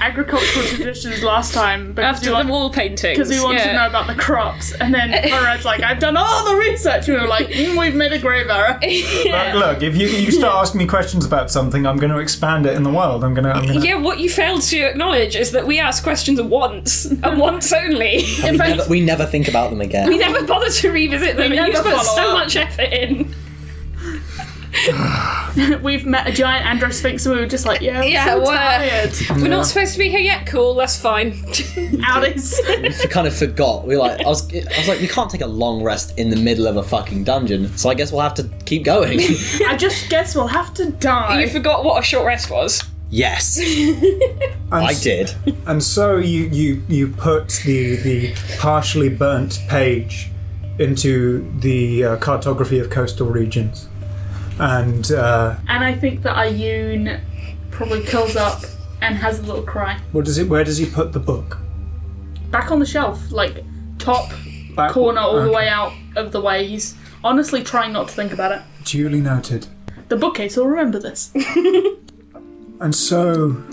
[SPEAKER 1] agricultural traditions last time because
[SPEAKER 3] After
[SPEAKER 1] we
[SPEAKER 3] the
[SPEAKER 1] want-
[SPEAKER 3] wall paintings.
[SPEAKER 1] because we wanted
[SPEAKER 3] yeah.
[SPEAKER 1] to know about the crops. And then Conrad's like, I've done all the research. And we were like, mm, we've made a grave error.
[SPEAKER 2] Look, look, if you, you start asking me questions about something, I'm going to expand it in the world. I'm going to. I'm gonna...
[SPEAKER 3] Yeah, what you failed to acknowledge is that we ask questions once and once only.
[SPEAKER 4] we, never, we never think about them
[SPEAKER 3] We
[SPEAKER 4] again.
[SPEAKER 3] never bother to revisit them, and
[SPEAKER 1] never
[SPEAKER 3] you
[SPEAKER 1] follow
[SPEAKER 3] put so
[SPEAKER 1] up.
[SPEAKER 3] much effort in.
[SPEAKER 1] we've met a giant androsphinx and we were just like, yeah,
[SPEAKER 3] Yeah,
[SPEAKER 1] yeah so
[SPEAKER 3] we're-
[SPEAKER 1] tired.
[SPEAKER 3] We're not supposed to be here yet. Cool, that's fine.
[SPEAKER 1] Out is.
[SPEAKER 4] We kind of forgot. We like I was I was like, we can't take a long rest in the middle of a fucking dungeon. So I guess we'll have to keep going.
[SPEAKER 1] I just guess we'll have to die.
[SPEAKER 3] you forgot what a short rest was.
[SPEAKER 4] yes,
[SPEAKER 2] And
[SPEAKER 4] I
[SPEAKER 2] s-
[SPEAKER 4] did.
[SPEAKER 2] And so you you you put the the partially burnt page into the uh, cartography of coastal regions, and. Uh,
[SPEAKER 1] and I think that Ayun probably curls up and has a little cry.
[SPEAKER 2] What does it? Where does he put the book?
[SPEAKER 1] Back on the shelf, like top
[SPEAKER 2] Back
[SPEAKER 1] corner all the way out of the way. He's honestly trying not to think about it.
[SPEAKER 2] Duly noted.
[SPEAKER 1] The bookcase will remember this.
[SPEAKER 2] And so,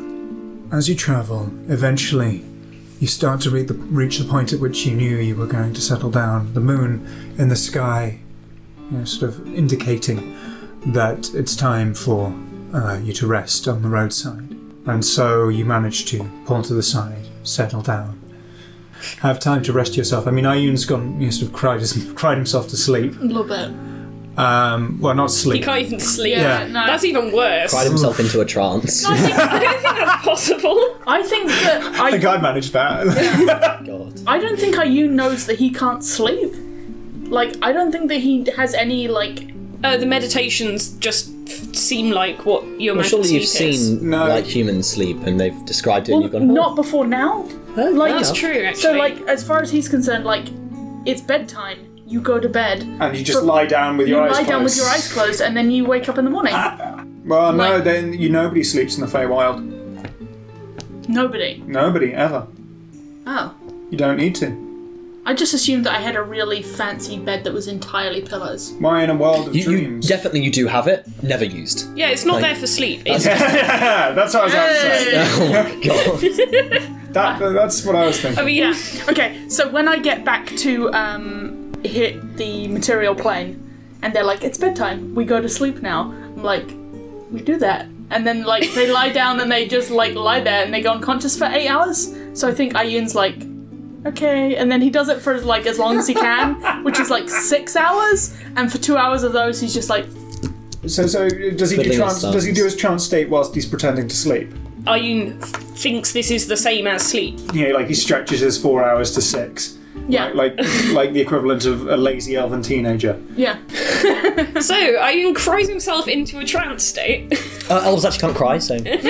[SPEAKER 2] as you travel, eventually, you start to read the, reach the point at which you knew you were going to settle down. The moon in the sky, you know, sort of indicating that it's time for uh, you to rest on the roadside. And so you manage to pull to the side, settle down. have time to rest yourself. I mean, Ayun's gone, you know, sort of cried, his- cried himself to sleep.
[SPEAKER 1] A little bit.
[SPEAKER 2] Um, well, not
[SPEAKER 3] He
[SPEAKER 2] sleep.
[SPEAKER 3] can't even sleep.
[SPEAKER 2] Yeah.
[SPEAKER 1] No.
[SPEAKER 3] That's even worse.
[SPEAKER 4] Cried himself into a trance.
[SPEAKER 3] I don't think that's possible.
[SPEAKER 1] I think that
[SPEAKER 2] I think
[SPEAKER 1] I,
[SPEAKER 2] I managed that.
[SPEAKER 4] God.
[SPEAKER 1] I don't think IU knows that he can't sleep. Like, I don't think that he has any, like,
[SPEAKER 3] Uh, the meditations just f- seem like what your
[SPEAKER 4] Well,
[SPEAKER 3] magic
[SPEAKER 4] surely you've
[SPEAKER 3] sleep is.
[SPEAKER 4] seen
[SPEAKER 2] No.
[SPEAKER 4] like humans sleep, and they've described it, and you've gone.
[SPEAKER 1] not before now. like-
[SPEAKER 4] oh, fair
[SPEAKER 3] That's
[SPEAKER 4] enough.
[SPEAKER 3] true, actually.
[SPEAKER 1] So, like, as far as he's concerned, like, it's bedtime. You go to bed.
[SPEAKER 2] and you just
[SPEAKER 1] For-
[SPEAKER 2] lie down with
[SPEAKER 1] You
[SPEAKER 2] your eyes
[SPEAKER 1] lie
[SPEAKER 2] closed.
[SPEAKER 1] down with your eyes closed, and then you wake up in the morning.
[SPEAKER 2] Well, no,
[SPEAKER 1] Like-
[SPEAKER 2] then you nobody sleeps in the Feywild.
[SPEAKER 1] Nobody.
[SPEAKER 2] Nobody ever.
[SPEAKER 1] Oh.
[SPEAKER 2] You don't need to.
[SPEAKER 1] I just assumed that I had a really fancy bed that was entirely pillows.
[SPEAKER 2] Why in a world of
[SPEAKER 4] You, you
[SPEAKER 2] dreams?
[SPEAKER 4] definitely you do have it. Never used.
[SPEAKER 3] yeah, it's not
[SPEAKER 4] like- uh,
[SPEAKER 3] there for sleep. It's
[SPEAKER 2] that's what I was saying.
[SPEAKER 4] oh my god.
[SPEAKER 2] That, that's what I was thinking.
[SPEAKER 3] I mean,
[SPEAKER 1] Okay, so when I get back to um, hit the material plane, and they're like, "It's bedtime. We go to sleep now." I'm like, "We do that," and then like they lie down and they just like lie there and they go unconscious for eight hours. So I think Ayun's like, "Okay," and then he does it for like as long as he can, which is like six hours, and for two hours of those he's just like,
[SPEAKER 2] So, so does he do
[SPEAKER 4] Fiddling
[SPEAKER 2] trance?
[SPEAKER 4] his thumbs.
[SPEAKER 2] Does he do his trance state whilst he's pretending to sleep?
[SPEAKER 3] Ayun thinks this is the same as sleep.
[SPEAKER 2] You know, like he stretches his four hours to six,
[SPEAKER 1] "Yeah,
[SPEAKER 2] like like the equivalent of a lazy elven teenager.
[SPEAKER 1] yeah."
[SPEAKER 3] So Ayun cries himself into a trance state.
[SPEAKER 4] Uh, elves actually can't cry, so
[SPEAKER 1] I didn't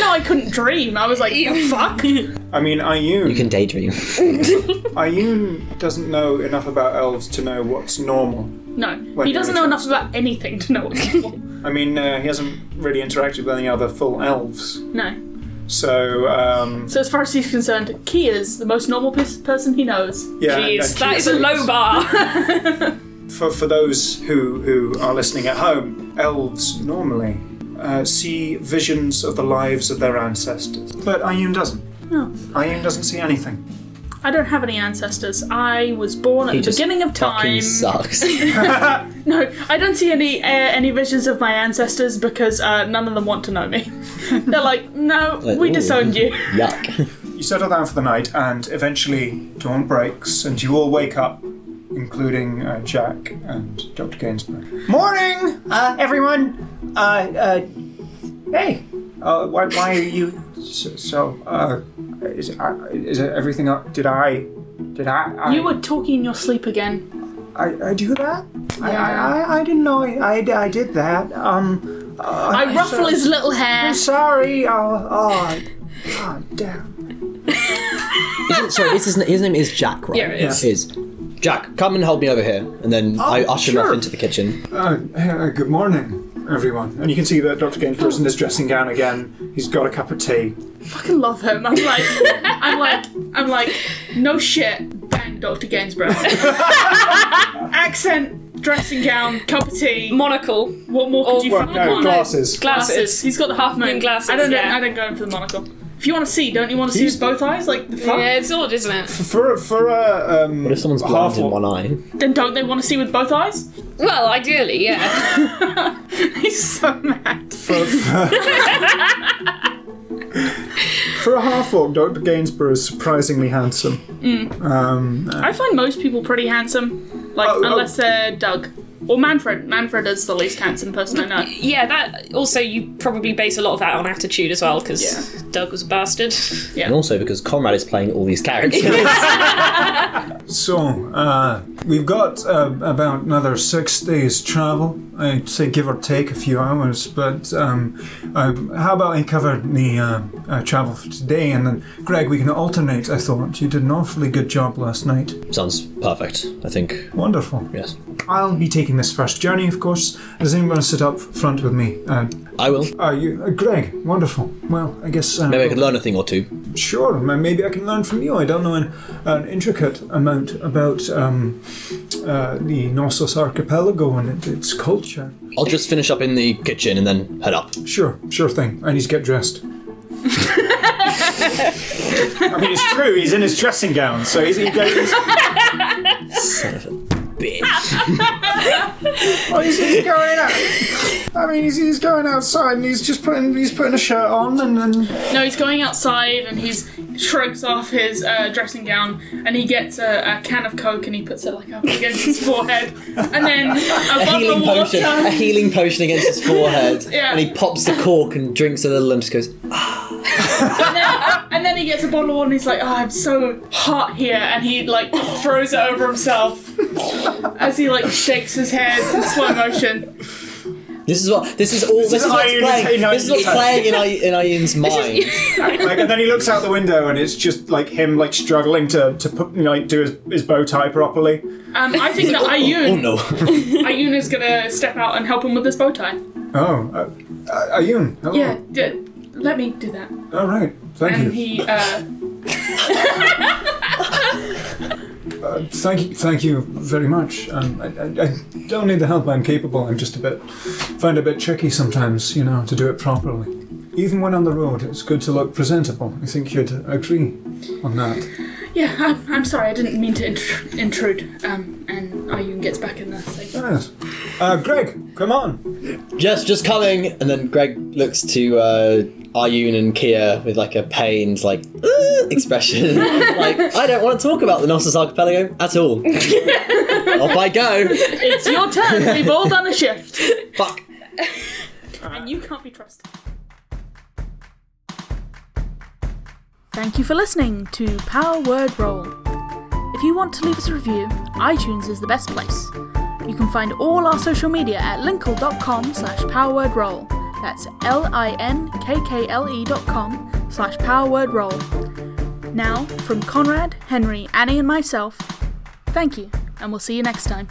[SPEAKER 1] know I couldn't dream. I was like, "The "Fuck."
[SPEAKER 2] I mean, Ayun,
[SPEAKER 4] you can daydream.
[SPEAKER 2] Ayun doesn't know enough about elves to know what's normal.
[SPEAKER 1] No,
[SPEAKER 2] When
[SPEAKER 1] he
[SPEAKER 2] you're
[SPEAKER 1] doesn't
[SPEAKER 2] in a
[SPEAKER 1] know enough
[SPEAKER 2] trance.
[SPEAKER 1] about anything to know what's normal.
[SPEAKER 2] I mean, uh, he hasn't really interacted with any other full elves,
[SPEAKER 1] No.
[SPEAKER 2] so um,
[SPEAKER 1] So as far as he's concerned, Kia's the most normal pers- person he knows.
[SPEAKER 2] yeah.
[SPEAKER 3] Jeez,
[SPEAKER 2] and-
[SPEAKER 3] that is a low bar.
[SPEAKER 2] for, for those who, who are listening at home, elves normally uh, see visions of the lives of their ancestors. But Ayun doesn't.
[SPEAKER 3] Oh.
[SPEAKER 1] No.
[SPEAKER 2] Ayun doesn't see anything.
[SPEAKER 1] I don't have any ancestors. I was born at
[SPEAKER 4] He
[SPEAKER 1] the
[SPEAKER 4] just
[SPEAKER 1] beginning of
[SPEAKER 4] Fucking
[SPEAKER 1] time.
[SPEAKER 4] sucks.
[SPEAKER 1] No, I don't see any uh, any visions of my ancestors because uh, none of them want to know me. They're like, no,
[SPEAKER 4] Like,
[SPEAKER 1] we
[SPEAKER 4] ooh.
[SPEAKER 1] disowned you.
[SPEAKER 4] Yuck.
[SPEAKER 2] You settle down for the night, and eventually dawn breaks, and you all wake up, including uh, Jack and Dr. Gainsborough. Morning, uh, everyone. Uh, uh, hey, uh, why, why are you so? so uh, is, uh, is everything? up Did I? Did I? I
[SPEAKER 1] You were talking in your sleep again.
[SPEAKER 2] I, I do that? I, I, I, I didn't know I, I, I did that. Um,
[SPEAKER 1] I ruffle his little hair.
[SPEAKER 2] sorry. Oh, oh, oh damn.
[SPEAKER 4] Isn't- sorry, is his, na- his name is Jack, right? Yeah,
[SPEAKER 3] it
[SPEAKER 4] is. Jack, come and hold me over here, and then I usher him
[SPEAKER 2] Oh, sure.
[SPEAKER 4] off into the kitchen.
[SPEAKER 2] Uh, uh, good morning, everyone. And you can see that Dr. Gainsborough's in his dressing gown again. He's got a cup of tea.
[SPEAKER 1] I fucking love him. I'm like, I'm like, I'm like, no shit. Bang, Dr. Gainsborough. Accent, dressing gown, cup of tea.
[SPEAKER 3] Monocle.
[SPEAKER 1] What more could you
[SPEAKER 6] Oh,
[SPEAKER 2] Well,
[SPEAKER 1] fucking
[SPEAKER 2] no,
[SPEAKER 1] want?
[SPEAKER 2] glasses.
[SPEAKER 3] Glasses.
[SPEAKER 1] He's got the half moon
[SPEAKER 3] Moon glasses,
[SPEAKER 1] I don't.
[SPEAKER 3] yeah.
[SPEAKER 1] I don't go in for the monocle. If you want to see, don't you want to see
[SPEAKER 2] He's-
[SPEAKER 1] with both eyes? Like the fuck?
[SPEAKER 3] Yeah, it's odd, isn't it?
[SPEAKER 2] For for a um,
[SPEAKER 4] If someone's blind
[SPEAKER 2] half
[SPEAKER 4] in one eye,
[SPEAKER 1] Then don't they want to see with both eyes?
[SPEAKER 3] Well, ideally, yeah.
[SPEAKER 1] He's so mad.
[SPEAKER 2] for, for, for a half orc, Dr. Gainsborough is surprisingly handsome. Um,
[SPEAKER 1] I find most people pretty handsome, like
[SPEAKER 2] Oh, oh.
[SPEAKER 1] unless they're Doug or Manfred. Manfred is the least handsome person I know.
[SPEAKER 3] Yeah, that also you probably base a lot of that on attitude as well, because Doug was a bastard.
[SPEAKER 4] and also because Conrad is playing all these characters.
[SPEAKER 2] So, uh, we've got uh, about another six days' travel. I'd say give or take a few hours, but um, um, how about I cover the uh, uh, travel for today and then, Greg, we can alternate, I thought. You did an awfully good job last night.
[SPEAKER 4] Sounds perfect. I think.
[SPEAKER 2] Wonderful.
[SPEAKER 4] Yes,
[SPEAKER 2] I'll be taking this first journey, of course. Does anyone want to sit up front with me? Uh,
[SPEAKER 4] I will.
[SPEAKER 2] are you, uh, Greg, wonderful. Well, I guess. Uh,
[SPEAKER 4] Maybe I could learn a thing or two.
[SPEAKER 2] Sure, m- maybe I can learn from you. I don't know an, an intricate amount about um, uh, the Knossos archipelago and it, its culture.
[SPEAKER 4] I'll just finish up in the kitchen and then head up.
[SPEAKER 2] Sure, sure thing. I need to get dressed. I mean, it's true. He's in his dressing gown, so he's, he goes,
[SPEAKER 4] Son of a bitch.
[SPEAKER 2] oh, he's, he's going out. I mean, he's, he's going outside and he's just putting he's putting a shirt on and then
[SPEAKER 1] No, he's going outside and he's shrugs off his uh, dressing gown and he gets a, a can of coke and he puts it like up against his forehead and then a bottle of
[SPEAKER 4] healing
[SPEAKER 1] water.
[SPEAKER 4] potion, a healing potion against his forehead,
[SPEAKER 1] Yeah.
[SPEAKER 4] and he pops the cork and drinks a little and just goes,
[SPEAKER 1] And then, and then he gets a bottle of water and he's like, oh, I'm so hot here. And he like throws it over himself as he like shakes his head in slow motion.
[SPEAKER 4] "This is what. This is all. This, is what's
[SPEAKER 2] Ayun's-
[SPEAKER 4] playing.
[SPEAKER 2] Ayun's-
[SPEAKER 4] This is what's playing in, Ay- in Ayun's mind."
[SPEAKER 2] like, and then he looks out the window and it's just like him like struggling to to put you know, like do his, his bow tie properly.
[SPEAKER 1] Um, I think that
[SPEAKER 4] oh
[SPEAKER 1] Ayun,
[SPEAKER 4] no!
[SPEAKER 1] Ayun is gonna step out and help him with this bow tie.
[SPEAKER 2] Oh, uh, uh, Ayun. Hello.
[SPEAKER 1] Yeah, d- let me do that.
[SPEAKER 2] All right. Thank you.
[SPEAKER 1] And he, uh,
[SPEAKER 2] Thank you, thank you very much. Um, I, I, I don't need the help. I'm capable. I'm just a bit find it a bit tricky sometimes, you know, to do it properly. Even when on the road, it's good to look presentable. I think you'd agree on that.
[SPEAKER 1] yeah, I'm, I'm sorry, I didn't mean to intr- intrude. Um, and Ayun gets back in the thing.
[SPEAKER 2] Yes. Uh, Greg, come on.
[SPEAKER 4] just, just coming, and then Greg looks to uh, Ayun and Kia with like a pained, like "Ugh," expression, like I don't want to talk about the Knossos Archipelago at all. Off I go.
[SPEAKER 1] It's your turn, we've all done a shift.
[SPEAKER 4] Fuck.
[SPEAKER 1] And you can't be trusted.
[SPEAKER 6] Thank you for listening to Power Word Roll. If you want to leave us a review, iTunes is the best place. You can find all our social media at linkle.com slash powerwordroll. That's L-I-N-K-K-L-E E dot com slash powerwordroll. Now, from Conrad, Henry, Annie and myself, thank you, and we'll see you next time.